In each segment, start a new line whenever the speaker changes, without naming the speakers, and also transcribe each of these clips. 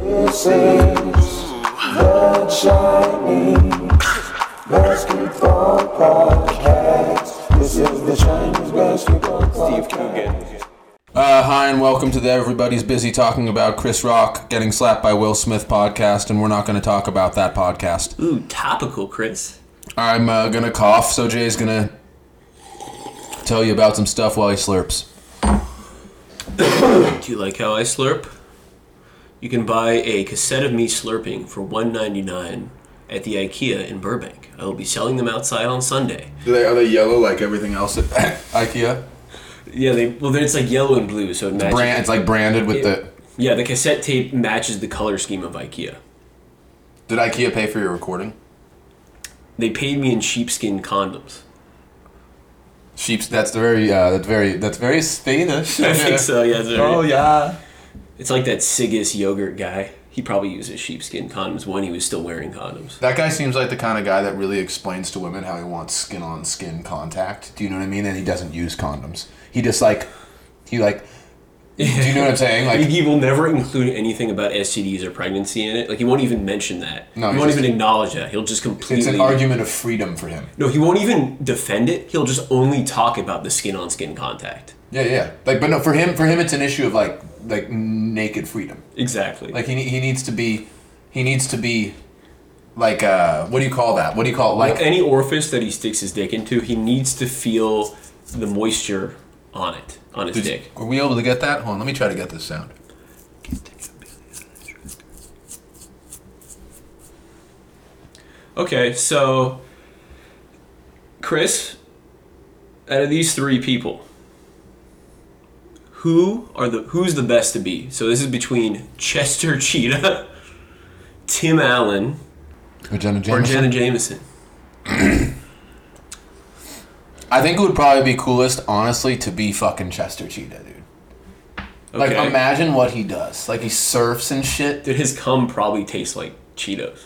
This is the Chinese Basketball Podcast. This is the Chinese Basketball Podcast.
Uh, hi, and welcome to the Everybody's Busy Talking About Chris Rock Getting Slapped by Will Smith podcast, and we're not going to talk about that podcast.
Ooh, topical, Chris.
I'm uh, going to cough, so Jay's going to tell you about some stuff while he slurps.
Do you like how I slurp? You can buy a cassette of me slurping for $1.99 at the IKEA in Burbank. I will be selling them outside on Sunday.
Do they, are they yellow like everything else at IKEA?
Yeah, they well, it's like yellow and blue, so it matches.
Brand, it's like branded with the.
Yeah, the cassette tape matches the color scheme of IKEA.
Did IKEA pay for your recording?
They paid me in sheepskin condoms.
Sheeps. That's the very. Uh, that's very. That's very Spanish.
I think so. Yeah, it's,
Oh yeah.
it's like that Sigus yogurt guy. He probably uses sheepskin condoms when he was still wearing condoms.
That guy seems like the kind of guy that really explains to women how he wants skin on skin contact. Do you know what I mean? And he doesn't use condoms. He just like he like Do you know what I'm saying?
He,
Like
he will never include anything about STDs or pregnancy in it. Like he won't even mention that.
No,
he
he's
won't
just-
even acknowledge that. He'll just completely.
it's an argument of freedom for him.
No, he won't even defend it. He'll just only talk about the skin on skin contact.
Yeah, yeah. Like but no, for him for him it's an issue of like like naked freedom.
Exactly.
Like he ne- he needs to be he needs to be like uh what do you call that? What do you call it? Like
any orifice that he sticks his dick into, he needs to feel the moisture on it, on his dick.
Are we able to get that? Hold on, let me try to get this sound.
Okay, so Chris, out of these three people, who are the who's the best to be? So this is between Chester Cheetah, Tim Allen,
Or Jenna
or
Jameson?
Jenna Jameson.
I think it would probably be coolest, honestly, to be fucking Chester Cheetah, dude. Like,
Okay.
imagine what he does. Like, he surfs and shit.
Dude, his cum probably tastes like Cheetos.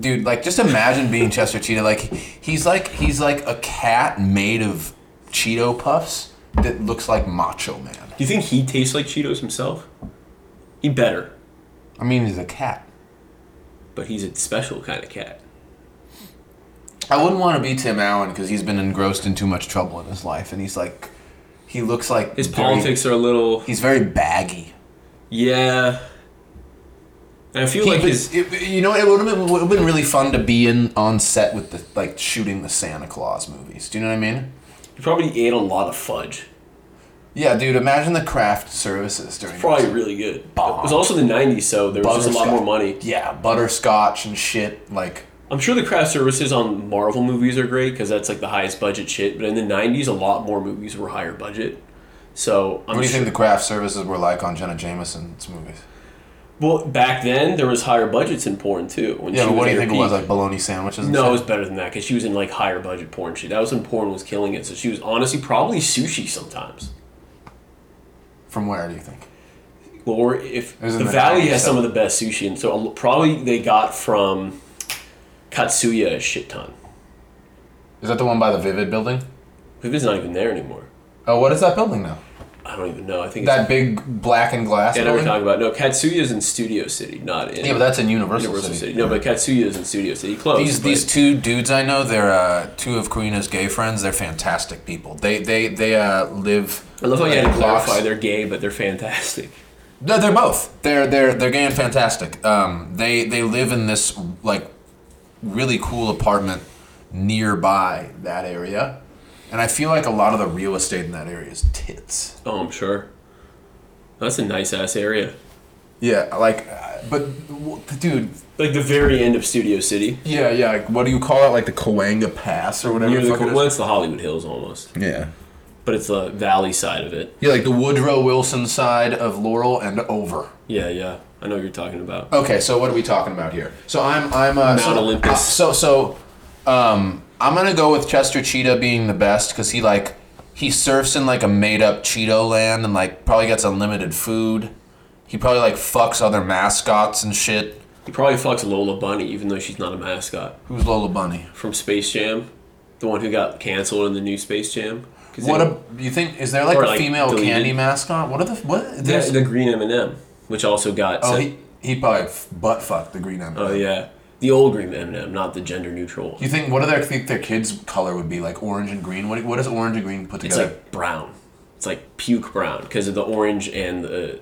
Dude, like, just imagine being Chester Cheetah. Like, he's like, he's like a cat made of Cheeto puffs that looks like Macho Man.
Do you think he tastes like Cheetos himself? He better,
I mean, he's a cat.
but he's a special kind of cat.
I wouldn't want to be Tim Allen because he's been engrossed in too much trouble in his life. And he's like, he looks like.
His
very-
politics are a little
He's very baggy.
yeah. And I feel like
But
his
it- you know, it would have been, would've been really fun to be in on set with the like shooting the Santa Claus movies. Do you know what I mean?
he probably ate a lot of fudge.
Yeah, dude. Imagine the craft services during.
Probably
this.
really good.
Bomb.
It was also the '90s, so there was just a lot
Butterscotch.
more money.
Yeah, butterscotch and shit. Like,
I'm sure the craft services on Marvel movies are great because that's like the highest budget shit. But in the '90s, a lot more movies were higher budget. So
what
I'm
do you
sure,
think the craft services were like on Jenna Jameson's movies?
well, back then there was higher budgets in porn too. When
Yeah,
she
but what
was
do
at
you
her
think it was
peak.
like bologna sandwiches? And
No, it was
shit?
better than that because she was in like higher budget porn shit. That was when porn was killing it. So she was honestly probably sushi sometimes.
from where do you think?
Well, or if
was in
the,
the
Valley
90s,
has some
so-
of the best sushi, and so I'll- probably they got from Katsuya a shit ton.
Is that the one by the Vivid building?
Vivid's not even there anymore.
Oh, what is that building now?
I don't even know. I think
That big black and glass
it's yeah, that we're
building.
talking about. No, Katsuya is in Studio City, not in
Yeah, but that's in Universal,
Universal
City.
City. No, but Katsuya is in Studio City. Close.
These
but-
these two dudes I know, they're uh, two of Karina's gay friends. They're fantastic people. They they they uh, live.
I love how you
like,
had to clarify
blocks-
they're gay, but they're fantastic.
No, they're both. They're they're they're gay and fantastic. Um, they they live in this like really cool apartment nearby that area, and I feel like a lot of the real estate in that area is tits.
Oh, I'm sure. That's a nice ass area.
Yeah, like, uh, but w- dude.
Like the very end of Studio City.
Yeah, yeah. Like, what do you call it? Like the Coanga Pass or whatever.
Near
the
the,
fuck it is?
well, it's the Hollywood Hills almost,
Yeah.
but it's the valley side of it.
Yeah, like the Woodrow Wilson side of Laurel and over.
Yeah, yeah, I know what you're talking about.
Okay, so what are we talking about here? So I'm I'm uh, so,
Olympus.
uh, so so, um, I'm gonna go with Chester Cheetah being the best because he like he surfs in like a made up Cheeto land and like probably gets unlimited food. He probably like fucks other mascots and shit.
He probably fucks Lola Bunny, even though she's not a mascot
Who's Lola Bunny?
from Space Jam, the one who got canceled in the new Space Jam. 'Cause
What
they-
a you think? Is there like
Or,
a
like,
female
deleted.
candy mascot? What are the what?
the,
There's
the green M and M, which also got
oh
sent-
he, he probably f- butt fucked the green M.
Oh yeah, the old green M&M, not the gender neutral.
You think what do they think their kids' color would be like? Orange and green. What, what does orange and green put
It's
together?
like brown. It's like puke brown because of the orange and the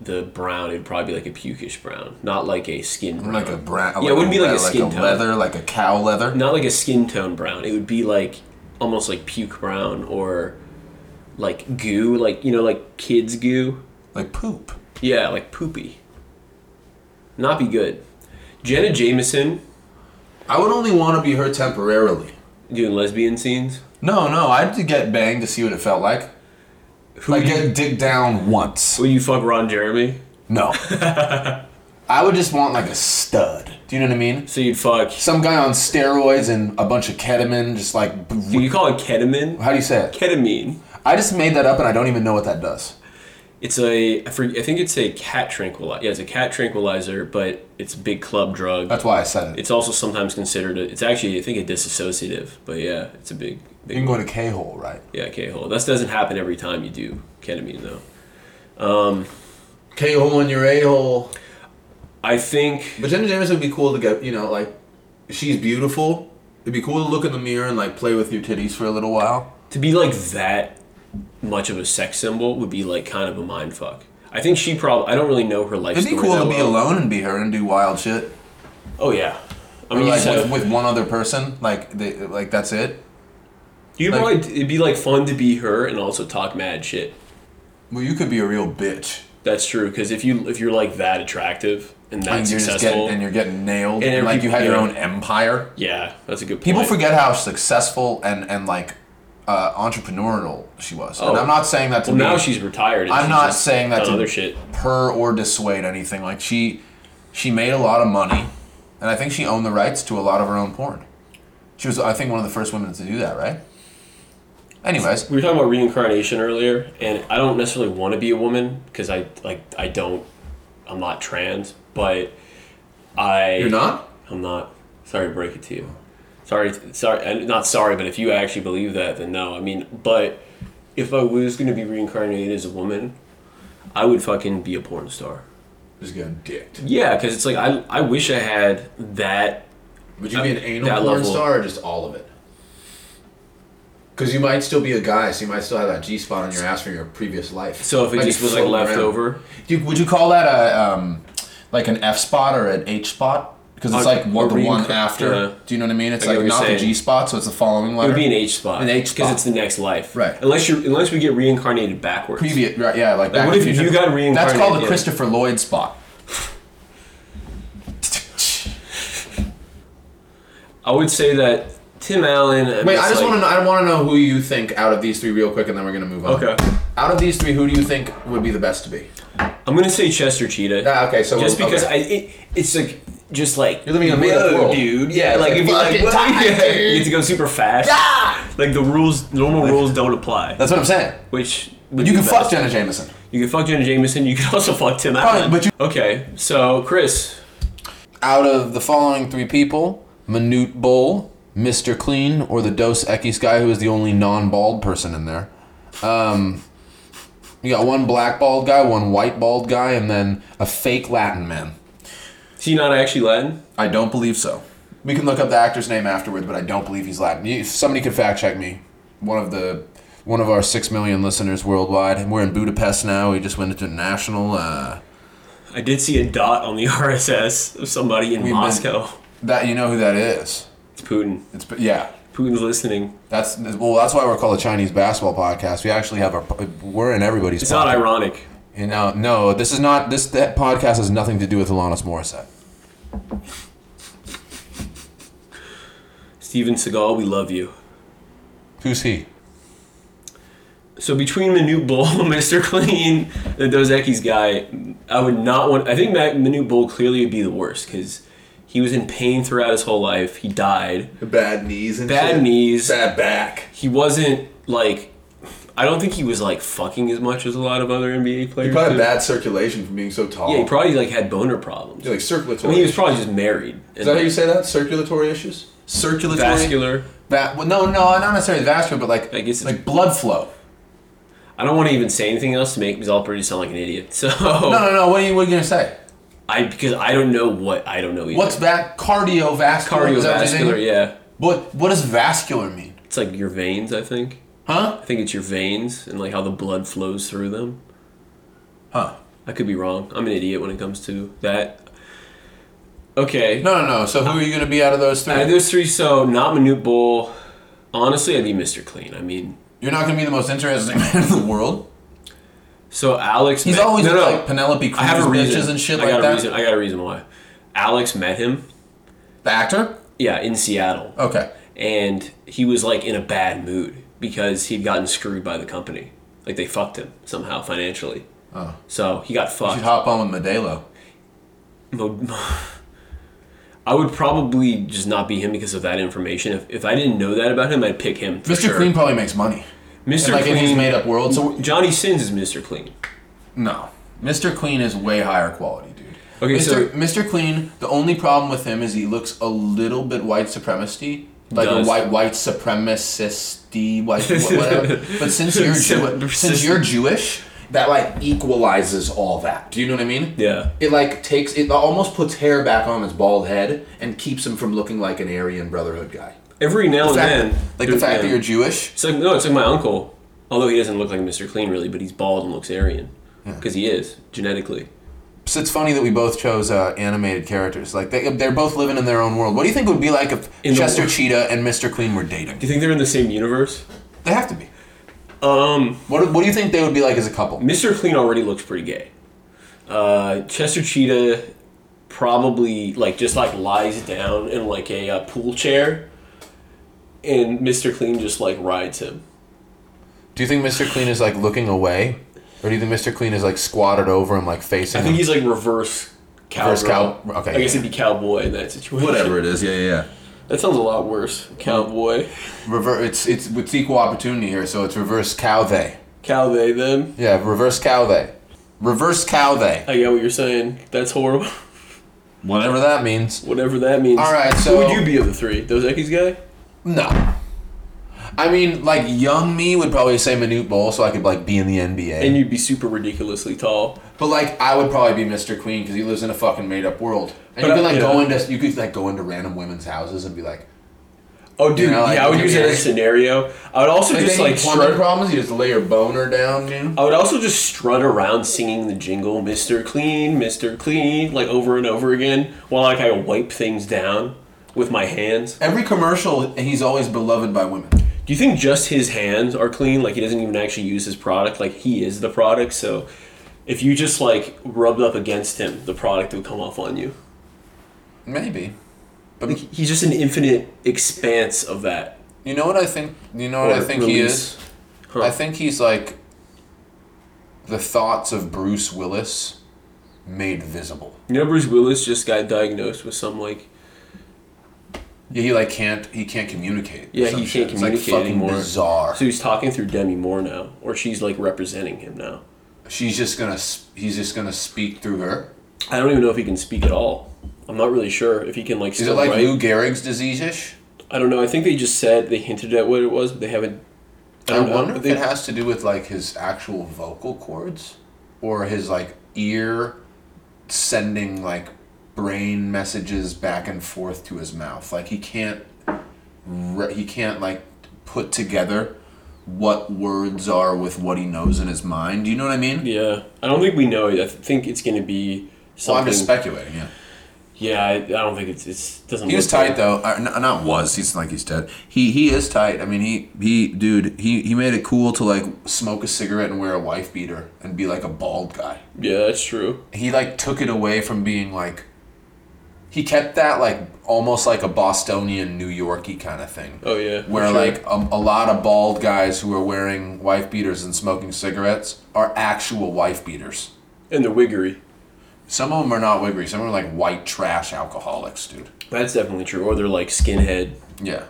the brown. It'd probably be like a pukish brown, not like a skin brown.
Like, a brown.
Yeah, it wouldn't be like a skin
like
tone.
a leather, like a cow leather.
not like a skin tone brown. It would be like almost like puke brown or like goo, like you know, like kids goo.
Like poop.
Yeah, like poopy. Not be good. Jenna Jameson
I would only want to be her temporarily.
doing lesbian scenes.
No, no, I had to get banged to see what it felt like.
Who
Like
would you,
get digged down once.
will you fuck Ron Jeremy?
No. I would just want like a stud. Do you know what I mean?
So you'd fuck.
Some guy on steroids and a bunch of ketamine, just like. b-
Do you call it ketamine?
How do you say it?
Ketamine.
I just made that up and I don't even know what that does.
It's a I, forget, I think it's a cat tranquilizer. Yeah, it's a cat tranquilizer, but it's a big club drug.
That's why I said it.
it's also sometimes considered. A, it's actually I think a disassociative, but yeah, it's a big
You
big
can go to K hole, right?
Yeah, K hole. That doesn't happen every time you do ketamine though.
K hole in your A hole.
I think
But Jenna Jameson would be cool to get, you know, like, she's beautiful. It'd be cool to look in the mirror and, like, play with your titties for a little while.
to be like that much of a sex symbol would be like kind of a mind fuck. I think she probably. I don't really know her life.
It'd be
story
cool to
that
be
well.
alone and be her and do wild shit.
Oh yeah. I
Or,
mean, you
like,
just
with,
have,
with one other person. Like, they, like that's it.
you'd
like-
probably it'd be like fun to be her and also talk mad shit.
Well, you could be a real bitch.
That's true because if you if you're like that attractive and that
And you're, just
successful,
getting, and you're getting nailed.
And
And, like,
every-
you had your
yeah.
own empire.
yeah, that's a good. Point.
People forget how successful and and like uh, entrepreneurial she was. And
Oh.
I'm not saying that to
Well,
be-
now she's retired. and
I'm
she's
not
just
saying that
done
to
other shit.
her or dissuade anything. Like she she made a lot of money, and I think she owned the rights to a lot of her own porn. She was, I think, one of the first women to do that, right? Anyways,
we were talking about reincarnation earlier and i don't necessarily want to be a woman because i like i don't i'm not trans but i
you're not.
i'm not sorry to break it to you sorry sorry and not sorry but if you actually believe that then no i mean but if i was going to be reincarnated as a woman i would fucking be a porn star
Just getting dicked.
yeah because it's like I, I wish i had that
Would you
be an anal that porn level. star
or just all of it? Because you might still be a guy, so you might still have that G spot on your ass from your previous life.
so if it just was like left over
Do you, would you call that a um, like an F spot or an H spot? Because it's
Uh,
like what
a
the one
reinc-
after.
yeah.
Do you know what I mean? It's
I get
like
what you're
not
saying.
the G spot, so it's the following
it
letter.
would be an H spot.
An H
because
spot.
it's the next life,
Right.
Unless you unless we get reincarnated backwards.
Previous, right? Yeah, like back
what
to
if
the Future.
you got reincarnated?
That's called the
yeah.
Christopher Lloyd spot.
I would say that Tim Allen. and
Wait,
it's
I just
like-
want to. I want to know who you think out of these three, real quick, and then we're gonna move on.
Okay.
Out of these three, who do you think would be the best to be?
I'm gonna say Chester Cheetah.
Ah, okay, so
just
we're-
because
okay.
I, it, it's like just like
You're living in a made-up
whoa,
world.
dude. Yeah, like
It's
if you
like,
like
fucking
whoa,
time,
yeah.
dude.
you get to go super fast. Like the rules, normal rules don't apply.
That's what I'm saying.
which
But
would
you
be
can
best.
fuck Jenna Jameson.
You can fuck Jenna Jameson. You can also fuck Tim Allen.
but you-
okay, so Chris,
out of the following three people, Minute Bowl, Mr. Clean, or the Dos Equis guy who is the only non-bald person in there. Um, you got one black bald guy, one white bald guy, and then a fake Latin man.
is he not actually Latin?
I don't believe so. We can look up the actor's name afterwards, but I don't believe he's Latin. You- If somebody could fact check me, one of the one of our six million listeners worldwide, and we're in Budapest now. We just went international. Uh,
I did see a dot on the RSS of somebody in
been-
Moscow.
that you know who that is?
It's Putin.
It's yeah.
Putin's listening.
That's well. That's why we're called a Chinese basketball podcast. We actually have our. We're in everybody's.
It's not ironic.
You know, no. This is not. This that podcast has nothing to do with Alanis Morissette.
Steven Seagal, we love you.
Who's he?
So between Manute Bull, Mr. Clean, the Dos Equis guy, I would not want. I think Ma- Manute Bull clearly would be the worst because he was in pain throughout his whole life. He died.
Bad knees and
Bad shit. knees.
Bad back.
He wasn't like. I don't think he was like fucking as much as a lot of other NBA players. did.
bad circulation from being so tall.
Yeah, he probably like had boner problems.
like
I
circulatory.
mean, he was probably just married.
is that how you say that? Circulatory issues. Circulatory.
vascular?
Va- well, no, no, not necessarily vascular, but like
I guess it's-
like blood flow.
I don't want to even say anything else to make me all pretty sound like an idiot. So
No, no, no. What are you? What are you gonna say?
I because I don't know what I don't know either.
What's that? Cardiovascular. is that what you're saying?
cardiovascular? Yeah,
What What does vascular mean?
it's like your veins. I think.
Huh?
I think it's your veins and like how the blood flows through them.
Huh?
I could be wrong. I'm an idiot when it comes to that. Okay.
No, no, no. So who are you gonna be out of those three?
Uh, there's three, so not Manute Bowl. Honestly, I'd be Mr. Clean. I mean,
You're not gonna be the most interesting man in the world.
so Alex.
He's
met-
always
no,
with,
no.
like Penelope Cruz
I have a reason.
bitches and shit
I got
like
a
that.
reason. I got a reason why. Alex met him.
The actor.
Yeah, in Seattle.
Okay.
and he was like in a bad mood because he'd gotten screwed by the company. Like they fucked him somehow financially.
Oh.
So he got
You should
fucked.
hop on with Modelo.
Mo- I would probably just not be him because of that information. If, if I didn't know that about him, I'd pick him. For
Mr.
Sure.
Clean probably makes money.
Mr.
like in his
Clean.
made up world. So
Johnny Sins is Mr. Clean.
No. Mr. Clean is way higher quality, dude.
Okay,
Mr.
so-
Mr. Clean, the only problem with him is he looks a little bit white supremacy, like
Does.
a white white supremacist, white wha- whatever. but since you're Jew- since you're Jewish, that like equalizes all that. Do you know what I mean?
Yeah.
It like takes it almost puts hair back on his bald head and keeps him from looking like an Aryan Brotherhood guy.
Every now and
Fact-
then,
like the fact that
yeah.
you're Jewish.
It's like no, it's like my uncle. Although he doesn't look like Mr. Clean really, but he's bald and looks Aryan because he is genetically.
So it's funny that we both chose uh, animated characters. Like they, they're both living in their own world. What do you think it would be like if
In the
Chester
world.
Cheetah and Mr. Clean were dating?
Do you think they're in the same universe?
They have to be.
Um,
What, what do you think they would be like as a couple?
Mr. Clean already looks pretty gay. Uh, Chester Cheetah probably like just like lies down in like a uh, pool chair, and Mr. Clean just like rides him.
Do you think Mr. Clean is like looking away, or do you think Mr. Clean is like squatted over and like facing?
I think
him?
he's like reverse cowboy.
Reverse cow- okay,
I guess
yeah.
it'd be cowboy in that situation.
it is. Yeah, yeah.
That sounds a lot worse. Cowboy.
yeah. Rever- it's it's it's equal opportunity here, so it's reverse cow they.
Cow they them.
Yeah, reverse cow they. Reverse cow they.
I get what you're saying. That's horrible.
Whatever that means.
Whatever that means.
All right,
Who
so-
would you be of the three? Dozekis guy?
No. I mean, like young me would probably say Manute Bowl, so I could like be in the NBA.
And you'd be super ridiculously tall.
But like, I would probably be Mr. Queen because he lives in a fucking made up world. And
But
you could
I-
like go
yeah.
into you could like go into random women's houses and be like,
Oh, dude,
You know, like,
yeah, I would
you're
use that
married.
as a scenario. I would also
like
just
they
like
like plumbing
strut.
problems. You just lay your boner down, dude.
I would also just strut around singing the jingle, Mister Clean, Mister Clean, like over and over again, while like I wipe things down with my hands.
Every commercial, he's always beloved by women.
Do you think just his hands are clean? Like he doesn't even actually use his product. Like he is the product. So if you just like rubbed up against him, the product would come off on you.
Maybe.
Like he's just an infinite expanse of that.
You know what I think? You know what I
Or
think he
release.
is.
Huh.
I think he's like the thoughts of Bruce Willis made visible.
You know, Bruce Willis just got diagnosed with some like
Yeah, he like can't he can't communicate. or
Yeah,
some
he
shit.
can't
It's,
communicate
like fucking
anymore.
Bizarre.
So he's talking through Demi Moore now, or she's like representing him now.
She's just gonna s- he's just gonna speak through her.
I don't even know if he can speak at all. I'm not really sure if he can like.
Is it
Still
like
write.
Lou Gehrig's disease ish?
I don't know. I think they just said they hinted at what it was, but they haven't. I,
I
don't know.
wonder if
They-
it has to do with like his actual vocal cords or his like ear sending like brain messages back and forth to his mouth. Like he can't re- he can't like put together what words are with what he knows in his mind. Do you know what I mean?
yeah, I don't think we know. it. I think it's going to be
Well,
something.
I'm just speculating. Yeah.
yeah, I, I don't think it's it's doesn't.
He was
look good.
tight though. Uh, n- not was. He's like he's dead. He he is tight. I mean he he dude he he made it cool to like smoke a cigarette and wear a wife beater and be like a bald guy.
Yeah, that's true.
He like took it away from being like. He kept that like almost like a Bostonian New Yorkie kind of thing.
Oh yeah.
Where
sure.
like a, a lot of bald guys who are wearing wife beaters and smoking cigarettes are actual wife beaters.
and the wiggery.
Some of them are not wiggery. Some are like white trash alcoholics, dude.
That's definitely true. Or they're like skinhead.
Yeah.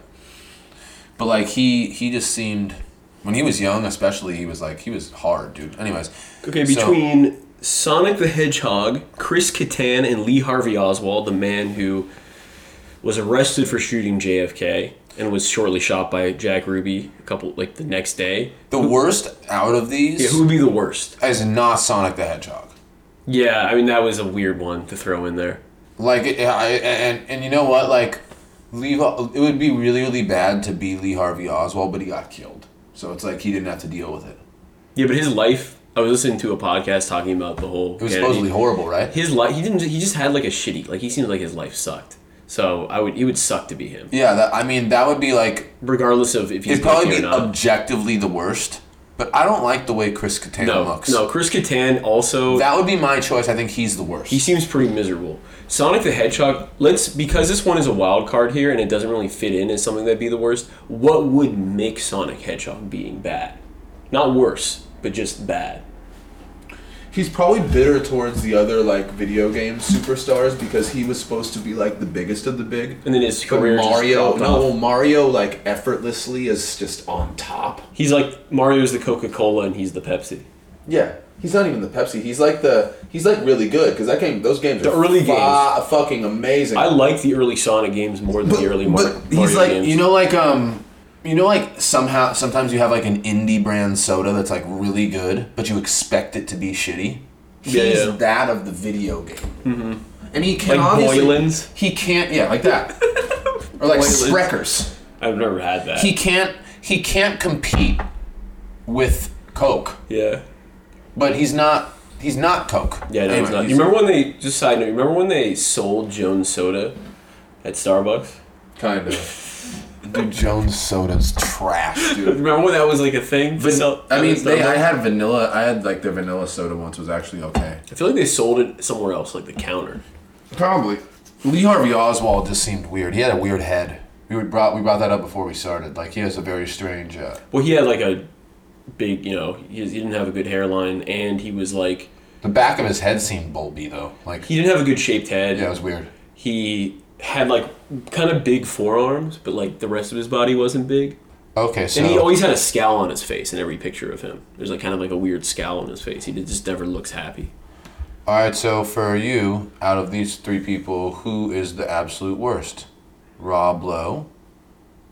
But like he he just seemed when he was young especially he was like he was hard, dude. Anyways.
Okay,
so-
between Sonic the Hedgehog, Chris Kattan, and Lee Harvey Oswald, the man who was arrested for shooting JFK and was shortly shot by Jack Ruby a couple like the next day.
the worst out of these
Yeah, who would be the worst?
is not Sonic the Hedgehog.
Yeah, I mean that was a weird one to throw in there.
Like, it- I, and and you know what? Like, Lee, it would be really really bad to be Lee Harvey Oswald, but he got killed. So it's like he didn't have to deal with it.
Yeah, but his life. I was listening to a podcast talking about the whole.
It was supposedly horrible, right?
his life. He didn't. He just had like a shitty. Like he seemed like his life sucked. So I would. It would suck to be him,
Yeah, that, I mean that would be like
regardless of if he's
it'd probably
guilty or
be
not.
objectively the worst. But I don't like the way Chris Kattan
no,
looks.
no. Chris Kattan also.
That would be my choice. I think he's the worst.
he seems pretty miserable. Sonic the Hedgehog. Let's because this one is a wild card here, and it doesn't really fit in as something that'd be the worst. What would make Sonic Hedgehog being bad? Not worse, but just bad.
He's probably bitter towards the other like video game superstars because he was supposed to be like the biggest of the big.
And then his
But
career. just
Mario,
dropped
no,
off.
Mario like effortlessly is just on top.
He's like Mario's the Coca Cola, and he's the Pepsi.
Yeah, he's not even the Pepsi. He's like the he's like really good because that game, those games,
The
are
early
fa- fucking amazing.
I like the early Sonic games more than the early Mar-
but
Mario
he's like
games.
you know like um you know like somehow sometimes you have like an indie brand soda that's like really good but you expect it to be shitty he's
Yeah, yeah.
that of the video game mm-hmm. and he can
like
not obviously
Boylan's.
he can't yeah like that or like
Boylan's.
Spreckers
I've never had that.
he can't he can't compete with Coke
yeah.
but he's not he's not Coke
Yeah, no, it's
Anyway,
not. You
he's-
remember when they just side note? you Remember when they sold Jones Soda at Starbucks?
kind of.
dude Jones soda's trash dude
Remember when that was like a thing? Vanilla-
I mean,
Starbucks?
they, I
I,
had vanilla. I had like the vanilla soda once was actually okay.
feel like they sold it somewhere else, like the counter.
Probably.
Lee Harvey Oswald just seemed weird. He had a weird head. We would brought we brought that up before we started. Like he has a very strange. Uh,
Well, he had like a big, you know, he, he didn't have a good hairline, and he was like
the back of his head seemed bulby though. Like
he didn't have a good shaped head.
yeah, it was weird.
He had like kind of big forearms, but like the rest of his body wasn't big.
Okay, so
And he always had a scowl on his face in every picture of him. There's like kind of like a weird scowl on his face. He just never looks happy.
all right. So for you, out of these three people, who is the absolute worst? Rob Lowe,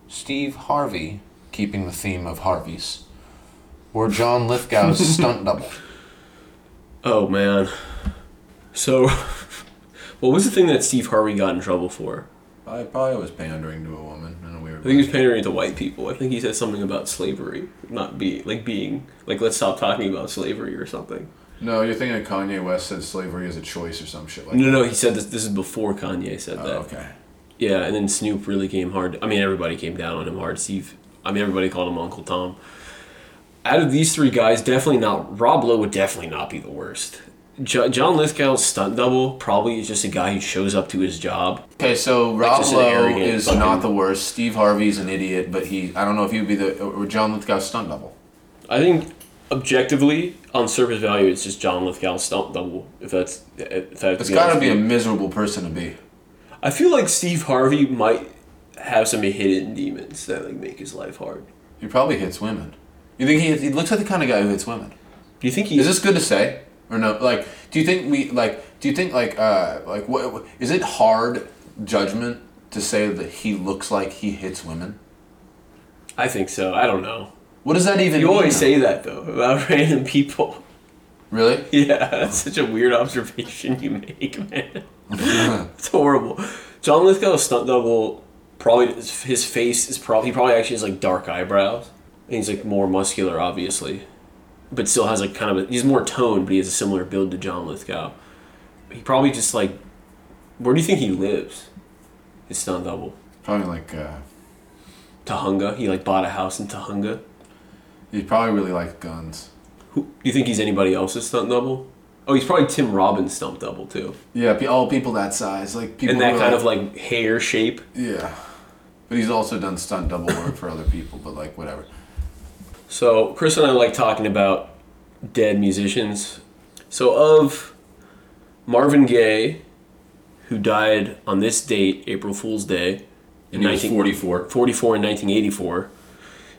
Steve Harvey, keeping the theme of Harveys, or John Lithgow's stunt double.
Oh man. So, what was the thing that Steve Harvey got in trouble for?
I probably was pandering to a woman in a weird.
I think he was pandering to white people. I think he said something about slavery, not be like being like let's stop talking about slavery or something.
No, you're thinking Kanye West said slavery is a choice or some shit like.
No, no, he said this. This is before Kanye said
Oh.
that. Yeah, and then Snoop really came hard. I mean, everybody came down on him hard. Steve. I mean, everybody called him Uncle Tom. Out of these three guys, definitely not. Rob Lowe would definitely not be the worst. Jo- John Lithgow's stunt double probably is just a guy who shows up to his job
Okay, so Rob
just an
Lowe
arrogant
is
fucking-
not the worst. Steve Harvey's an idiot, but he I don't know if he would be the or John Lithgow's stunt double.
I think objectively on surface value, it's just John Lithgow's stunt double. If that's if that's
It's got to be a miserable person to be.
I feel like Steve Harvey might have some hidden demons that like make his life hard.
He probably hits women. You think he he looks like the kind of guy who hits women?
Do you think he?
Is this good to say or no? Like, do you think we like? Do you think like uh like what what- is it hard judgment to say that he looks like he hits women?
I think so. I don't know.
What does that even?
You
mean?
always say that though about random people.
really.
Yeah, that's such a weird observation you make, man. it's horrible. John Lithgow's stunt double probably his face is probably he probably actually has like dark eyebrows and he's like more muscular, obviously, but still has like kind of a, he's more toned, but he has a similar build to John Lithgow. He probably just like where do you think he lives? His stunt double
Probably like uh,
Tahunga. He like bought a house in Tahunga.
he probably really likes guns.
Who do you think he's anybody else's stunt double? Oh, he's probably Tim Robbins' stunt double too.
Yeah, pe- all people that size, like people
and that
who are,
kind
like,
of like hair shape.
Yeah. But he's also done stunt double work for other people, but like whatever.
So Chris and I like talking about dead musicians. So of Marvin Gaye, who died on this date, April Fool's Day, in 1944
44.
in 1984.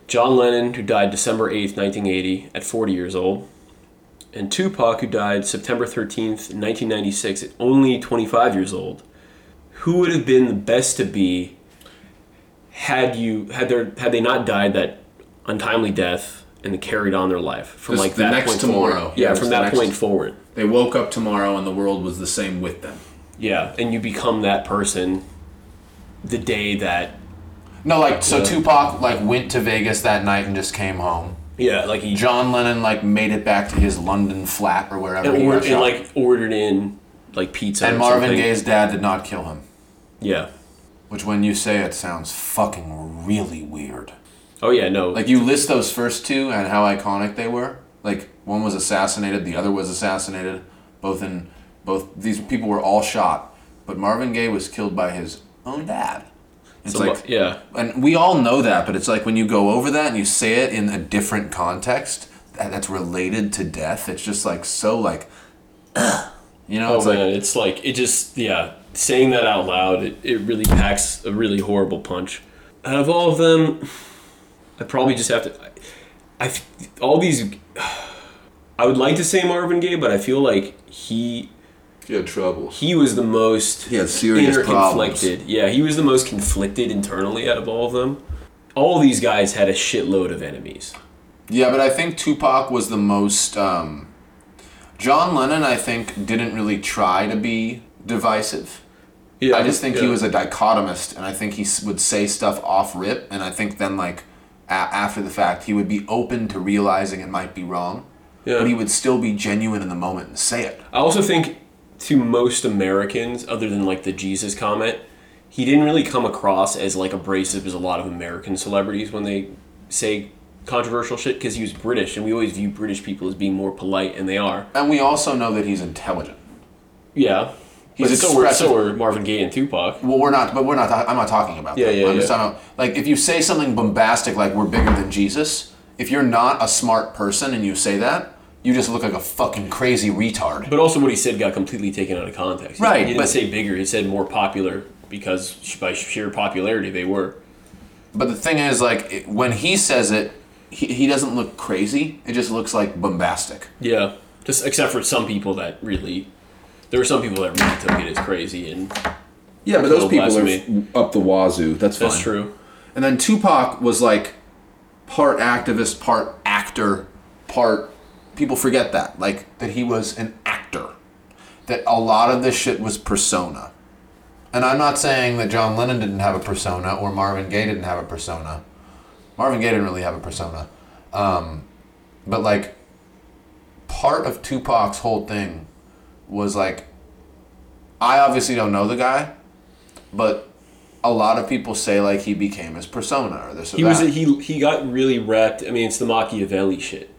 John Lennon, who died December 8th, 1980, at 40 years old. And Tupac, who died September 13th, 1996, at only 25 years old. Who would have been the best to be had you had there had they not died that untimely death and they carried on their life from
This-
like
the
that
next
point
tomorrow.
Forward.
Yeah,
Yeah,
it's
from
the
that
next-
point forward.
They woke up tomorrow and the world was the same with them.
Yeah, and you become that person the day that
No, like so
Yeah.
Tupac like went to Vegas that night and just came home.
yeah, like he
John Lennon like made it back to his London flat or wherever
and,
he
or,
got shot.
and like ordered in like pizza
and
or
Marvin
something.
Gaye's dad did not kill him,
Yeah.
which when you say it sounds fucking really weird.
Oh yeah, no.
Like you list those first two and how iconic they were. Like one was assassinated, the other was assassinated. Both in both these people were all shot, but Marvin Gaye was killed by his own dad. It's
Some-
like
yeah.
and we all know that, but it's like when you go over that and you say it in a different context that, that's related to death. It's just like so like, you know,
Oh
it's
man,
like
it's like it just yeah. Saying that out loud, it, it really packs a really horrible punch. Out of all of them, I probably just have to. I, I th- all these. I would like to say Marvin Gaye, but I feel like he
He had trouble.
he was the most
He had serious problems.
conflicted. Yeah, he was the most conflicted internally out of all of them. All these guys had a shitload of enemies.
yeah. But I think Tupac was the most. Um, John Lennon, I think, didn't really try to be divisive.
Yeah,
I just think he was a dichotomist, and I think he s- would say stuff off rip, and I think then like a- after the fact he would be open to realizing it might be wrong,
Yeah.
but he would still be genuine in the moment and say it.
I also think to most Americans, other than like the Jesus comment, he didn't really come across as like abrasive as a lot of American celebrities when they say controversial shit because he was British and we always view British people as being more polite and they are.
And we also know that he's intelligent.
Yeah.
He's
He's but so were,
expressive.
so were Marvin Gaye and Tupac.
Well, we're not, but we're not. I'm not talking about
Yeah,
that.
yeah,
I'm just
yeah.
talking about, like if you say something bombastic, like we're bigger than Jesus. If you're not a smart person and you say that, you just look like a fucking crazy retard.
But also what he said got completely taken out of context. He-
Right,
He didn't
but-
say bigger, he said more popular because sh- by sheer popularity they were.
But the thing is, like it- when he says it, he, he doesn't look crazy. It just looks like bombastic.
Yeah. Just except for some people that really there were some people that really took it as crazy and
Yeah, but those
Total
people are
blasphemy.
f- up the wazoo. That's fine.
that's true.
And then Tupac was like part activist, part actor, part people forget that. Like that he was an actor. That a lot of this shit was persona. And I'm not saying that John Lennon didn't have a persona or Marvin Gaye didn't have a persona. Marvin Gaye didn't really have a persona. Um, but like part of Tupac's whole thing was like I obviously don't know the guy, but a lot of people say like he became his persona or this or
He
that.
was he he got really wrapped. I mean, it's the Machiavelli shit.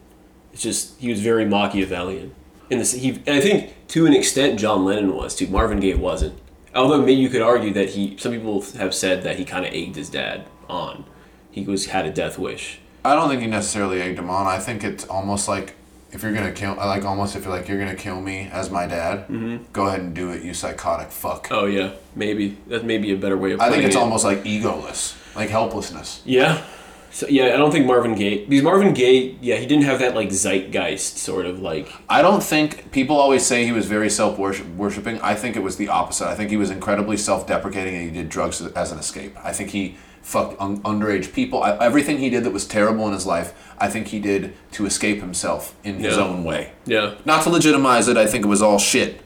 It's just he was very Machiavellian. And this he and I think to an extent John Lennon was too. Marvin Gaye wasn't. Although maybe you could argue that he some people have said that he kind of egged his dad on. He was had a death wish.
I don't think he necessarily egged him on. I think it's almost like if you're gonna kill, like almost if you're like you're gonna kill me as my dad, go ahead and do it, you psychotic fuck.
Oh yeah, maybe that may be a better way of.
I think
putting
it's
it.
almost like egoless, like helplessness.
Yeah. So, yeah, I don't think Marvin Gaye because Marvin Gaye, yeah, he didn't have that like zeitgeist sort of like
I don't think people always say he was very self worshipping. I think it was the opposite. I think he was incredibly self deprecating and he did drugs as an escape. I think he fucked un- underage people. I, everything he did that was terrible in his life, I think he did to escape himself in his
Yeah.
own way.
yeah.
not to legitimize it, I think it was all shit.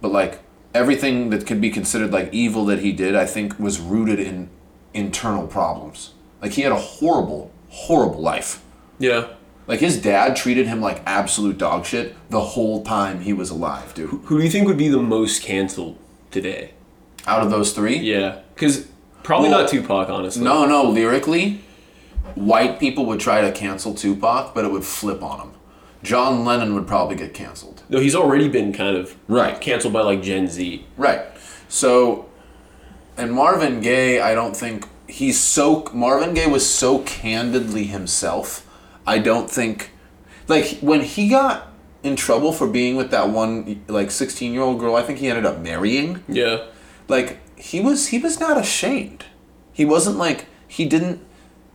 But like everything that could be considered like evil that he did, I think was rooted in internal problems. Like he had a horrible, horrible life.
Yeah.
Like his dad treated him like absolute dog shit the whole time he was alive, dude.
Who do you think would be the most canceled today?
Out of those three,
Yeah, because probably
Well,
not Tupac, honestly.
no, no, lyrically, white people would try to cancel Tupac, but it would flip on him. John Lennon would probably get canceled.
no, he's already been kind of
Right.
canceled by like Gen Z.
Right. So, and Marvin Gaye, I don't think he's so. Marvin Gaye was so candidly himself. I don't think, like when he got in trouble for being with that one like sixteen year old girl, I think he ended up marrying.
Yeah,
Like he was, he was not ashamed. He wasn't like he didn't,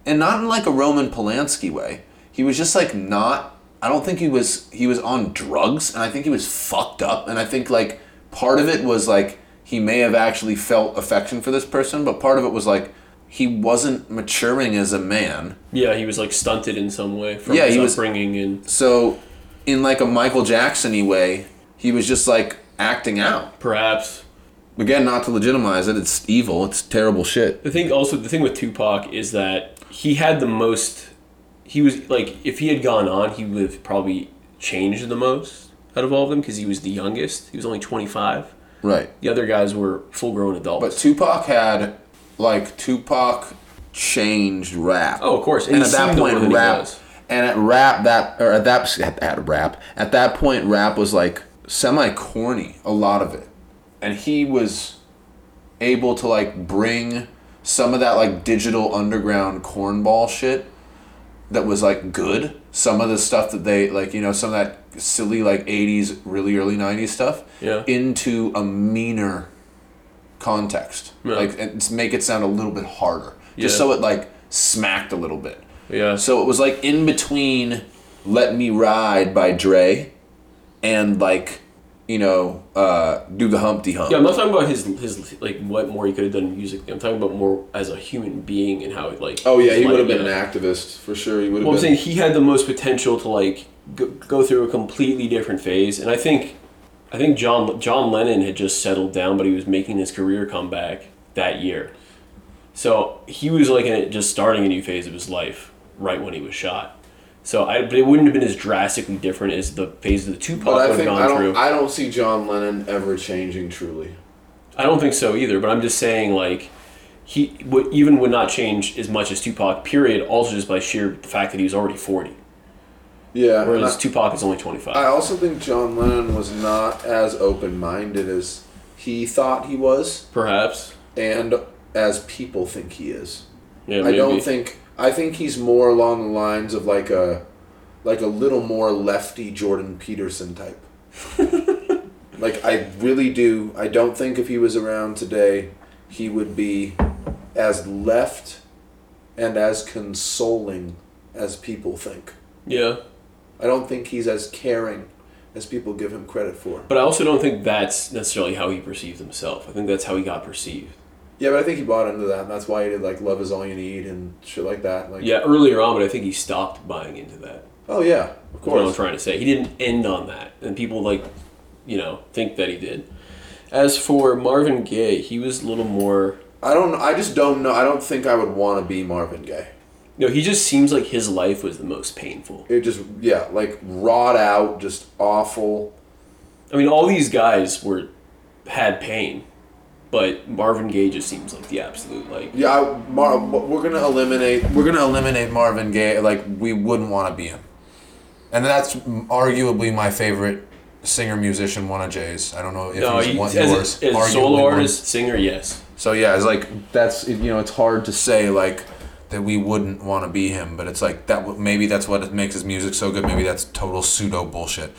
and not in like a Roman Polanski way. He was just like not. I don't think he was. He was on drugs, and I think he was fucked up. And I think like part of it was like he may have actually felt affection for this person, but part of it was like he wasn't maturing as a man.
Yeah, he was like stunted in some way from
Yeah,
his
he was-
upbringing, and
So, in like a Michael Jackson way, he was just like acting out.
perhaps
Again, not to legitimize it, it's evil, it's terrible shit.
the thing. Also, the thing with Tupac is that he had the most. He was like, if he had gone on, he would have probably changed the most out of all of them because he was the youngest. He was only twenty five.
Right.
The other guys were full grown adults.
But Tupac had, like, Tupac changed rap.
Oh, of course. And
And,
he
at that
seemed
point,
older than he
rap.
was.
And at rap, that or at that at, at rap at that point, rap was like semi corny. A lot of it, and he was able to like bring some of that like digital underground cornball shit that was like good. Some of the stuff that they like, you know, some of that silly like '80s, really early '90s stuff
Yeah.
into a meaner context.
Yeah.
Like, and s- make it sound a little bit harder, just
Yeah.
so it like smacked a little bit.
yeah.
So it was like in between Let Me Ride by Dre and like, you know, uh, Do the Humpty Hump.
Yeah, I'm not talking about his his like what more he could have done musically. I'm talking about more as a human being and how it like.
Oh yeah,
his
he
life-
would have been an activist for sure. He would have
Well, I'm
been.
saying he had the most potential to like go, go through a completely different phase, and I think, I think John John Lennon had just settled down, but he was making his career comeback that year, so he was like in a, just starting a new phase of his life right when he was shot. So I, but it wouldn't have been as drastically different as the phase that the Tupac
but
would
I
have
think
gone
I don't.
through.
I don't see John Lennon ever changing. Truly,
I don't think so either. But I'm just saying, like, he would, even would not change as much as Tupac. Period. Also, just by sheer the fact that he was already forty,
yeah. and
whereas
I-
Tupac is only twenty five.
I also think John Lennon was not as open minded as he thought he was
Perhaps.
and as people think he is.
Yeah,
I
maybe.
don't think I think he's more along the lines of like a like a little more lefty Jordan Peterson type. like I really do. I don't think if he was around today he would be as left and as consoling as people think.
Yeah,
I don't think he's as caring as people give him credit for.
but I also don't think that's necessarily how he perceived himself. I think that's how he got perceived.
Yeah, but I think he bought into that, and that's why he did like "Love Is All You Need" and shit like that. Like,
Yeah, earlier on, but I think he stopped buying into that.
oh yeah, of
That's what I'm
course.
trying to say. He didn't end on that, and people like, you know, think that he did. As for Marvin Gaye, he was a little more.
I don't. I just don't know. I don't think I would want to be Marvin Gaye.
No, he just seems like his life was the most painful.
It just yeah, like wrought out, just awful.
I mean, all these guys were had pain, but Marvin Gaye just seems like the absolute like.
Yeah, I, Mar- we're gonna eliminate.
We're going to eliminate Marvin Gaye. Like, we wouldn't want to be him. And that's arguably my favorite singer musician, one of Jay's. I don't know if
No,
he's
he,
one
as,
yours.
a, as a
Arguably
solo
one-
artist, singer, yes.
So, yeah, it's like, that's, you know, it's hard to say, like, that we wouldn't want to be him, but it's like that. w- Maybe that's what makes his music so good. Maybe that's total pseudo bullshit.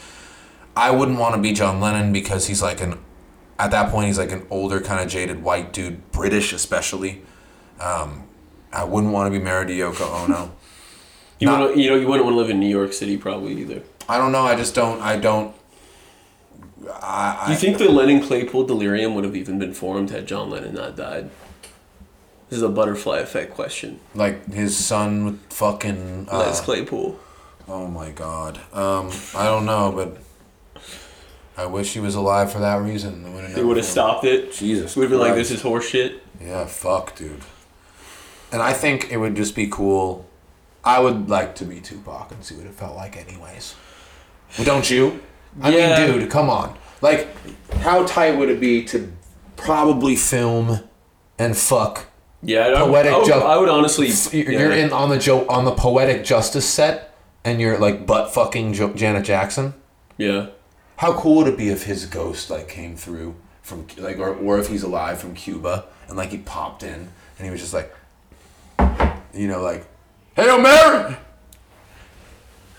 I wouldn't want to be John Lennon because he's like an at that point he's like an older kind of jaded white dude, British especially. Um, I wouldn't want to be married to Yoko Ono.
You,
Not-
wouldn't, you know, you wouldn't want to live in New York City probably either.
I don't know. I just don't. I don't.
Do you think the Lennon Claypool delirium would have even been formed had John Lennon not died? This is a butterfly effect question.
Like his son with fucking. Uh,
Les Claypool.
Oh my god. Um, I don't know, but I wish he was alive for that reason. They would've
They
never
would have
found-
stopped it.
Jesus
Would have been like,
Christ.
this is horseshit.
Yeah, fuck, dude. And I think it would just be cool. I would like to be Tupac and see what it felt like, anyways. Well, Don't you? I
Yeah.
mean, dude, come on. Like, how tight would it be to probably film and fuck?
Yeah, I-
Poetic
I, would-
joke.
I would honestly.
You're,
yeah.
you're in on the jo- on the poetic justice set, and you're like butt fucking jo- Janet Jackson.
Yeah.
How cool would it be if his ghost like came through from like, or, or if he's alive from Cuba and like he popped in and he was just like, you know, like, "Hail Mary!"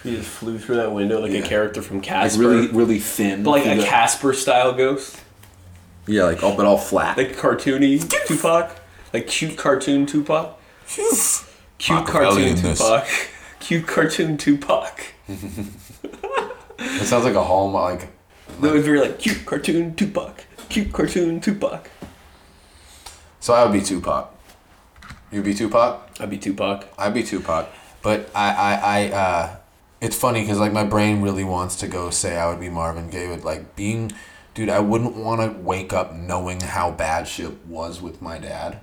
He just flew through that window like a character from Casper.
really thin,
But like
through
a
the-
Casper style ghost,
yeah, like all but all flat.
like cartoony Tupac, like cute cartoon Tupac, cute
Machiavellian
cartoon
this.
Tupac, cute cartoon Tupac.
it sounds like a hallmark. Like,
That was very like cute cartoon Tupac, cute cartoon Tupac.
so I would be Tupac. You'd be Tupac.
I'd be Tupac.
I'd be Tupac. But I, I, I uh, it's funny because like my brain really wants to go say I would be Marvin Gaye, but like being, dude, I wouldn't want to wake up knowing how bad shit was with my dad,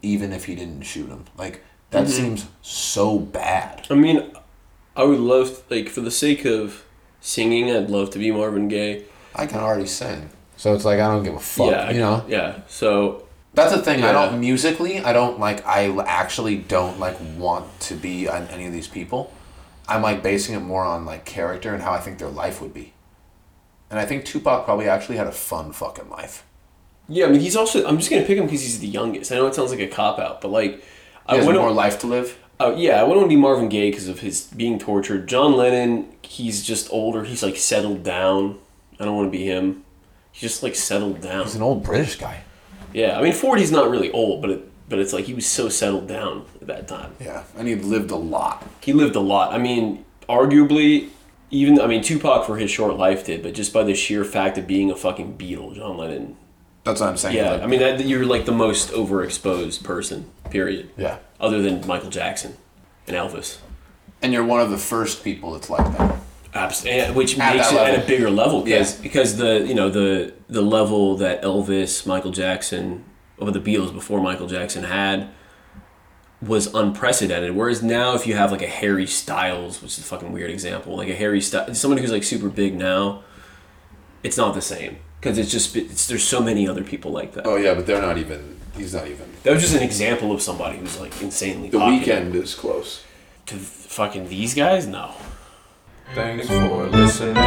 even if he didn't shoot him. Like that
Mm-hmm.
seems so bad.
I mean, I would love like for the sake of singing, I'd love to be Marvin Gaye.
I can already sing, so it's like I don't give a fuck.
yeah, I-
you know.
Yeah. So
That's the thing. I
Yeah.
don't musically. I don't like. I l- actually don't like want to be on any of these people. I'm like basing it more on like character and how I think their life would be. And I think Tupac probably actually had a fun fucking life.
yeah, I mean, he's also. I'm just gonna pick him because he's the youngest. I know it sounds like a cop out, but like,
He
I
has
wouldn't.
more life to live.
Uh, yeah, I wouldn't want to be Marvin Gaye because of his being tortured. John Lennon, he's just older. He's like settled down. I don't want to be him. He's just like settled down.
He's an old British guy.
Yeah, I mean, 40's not really old, but it, but it's like he was so settled down at that time.
Yeah, and he lived a lot.
He lived a lot. I mean, arguably, even I mean, Tupac for his short life did, but just by the sheer fact of being a fucking Beatle, John Lennon.
That's what I'm saying.
Yeah,
Like,
I mean, that, you're like the most overexposed person, period.
yeah.
Other than Michael Jackson and Elvis.
And you're one of the first people that's like that.
Abs- and- which
At
makes
that
it at
level.
a bigger level because
Yeah.
because the you know the the level that Elvis, Michael Jackson, or the Beatles before Michael Jackson had was unprecedented. Whereas now, if you have like a Harry Styles, which is a fucking weird example, like a Harry Styles, someone who's like super big now, it's not the same because it's just it's, there's so many other people like that.
Oh yeah, but they're not even. He's not even.
That was just an example of somebody who's like insanely
The
popular.
weekend is close.
to fucking these guys. No.
Thanks for listening.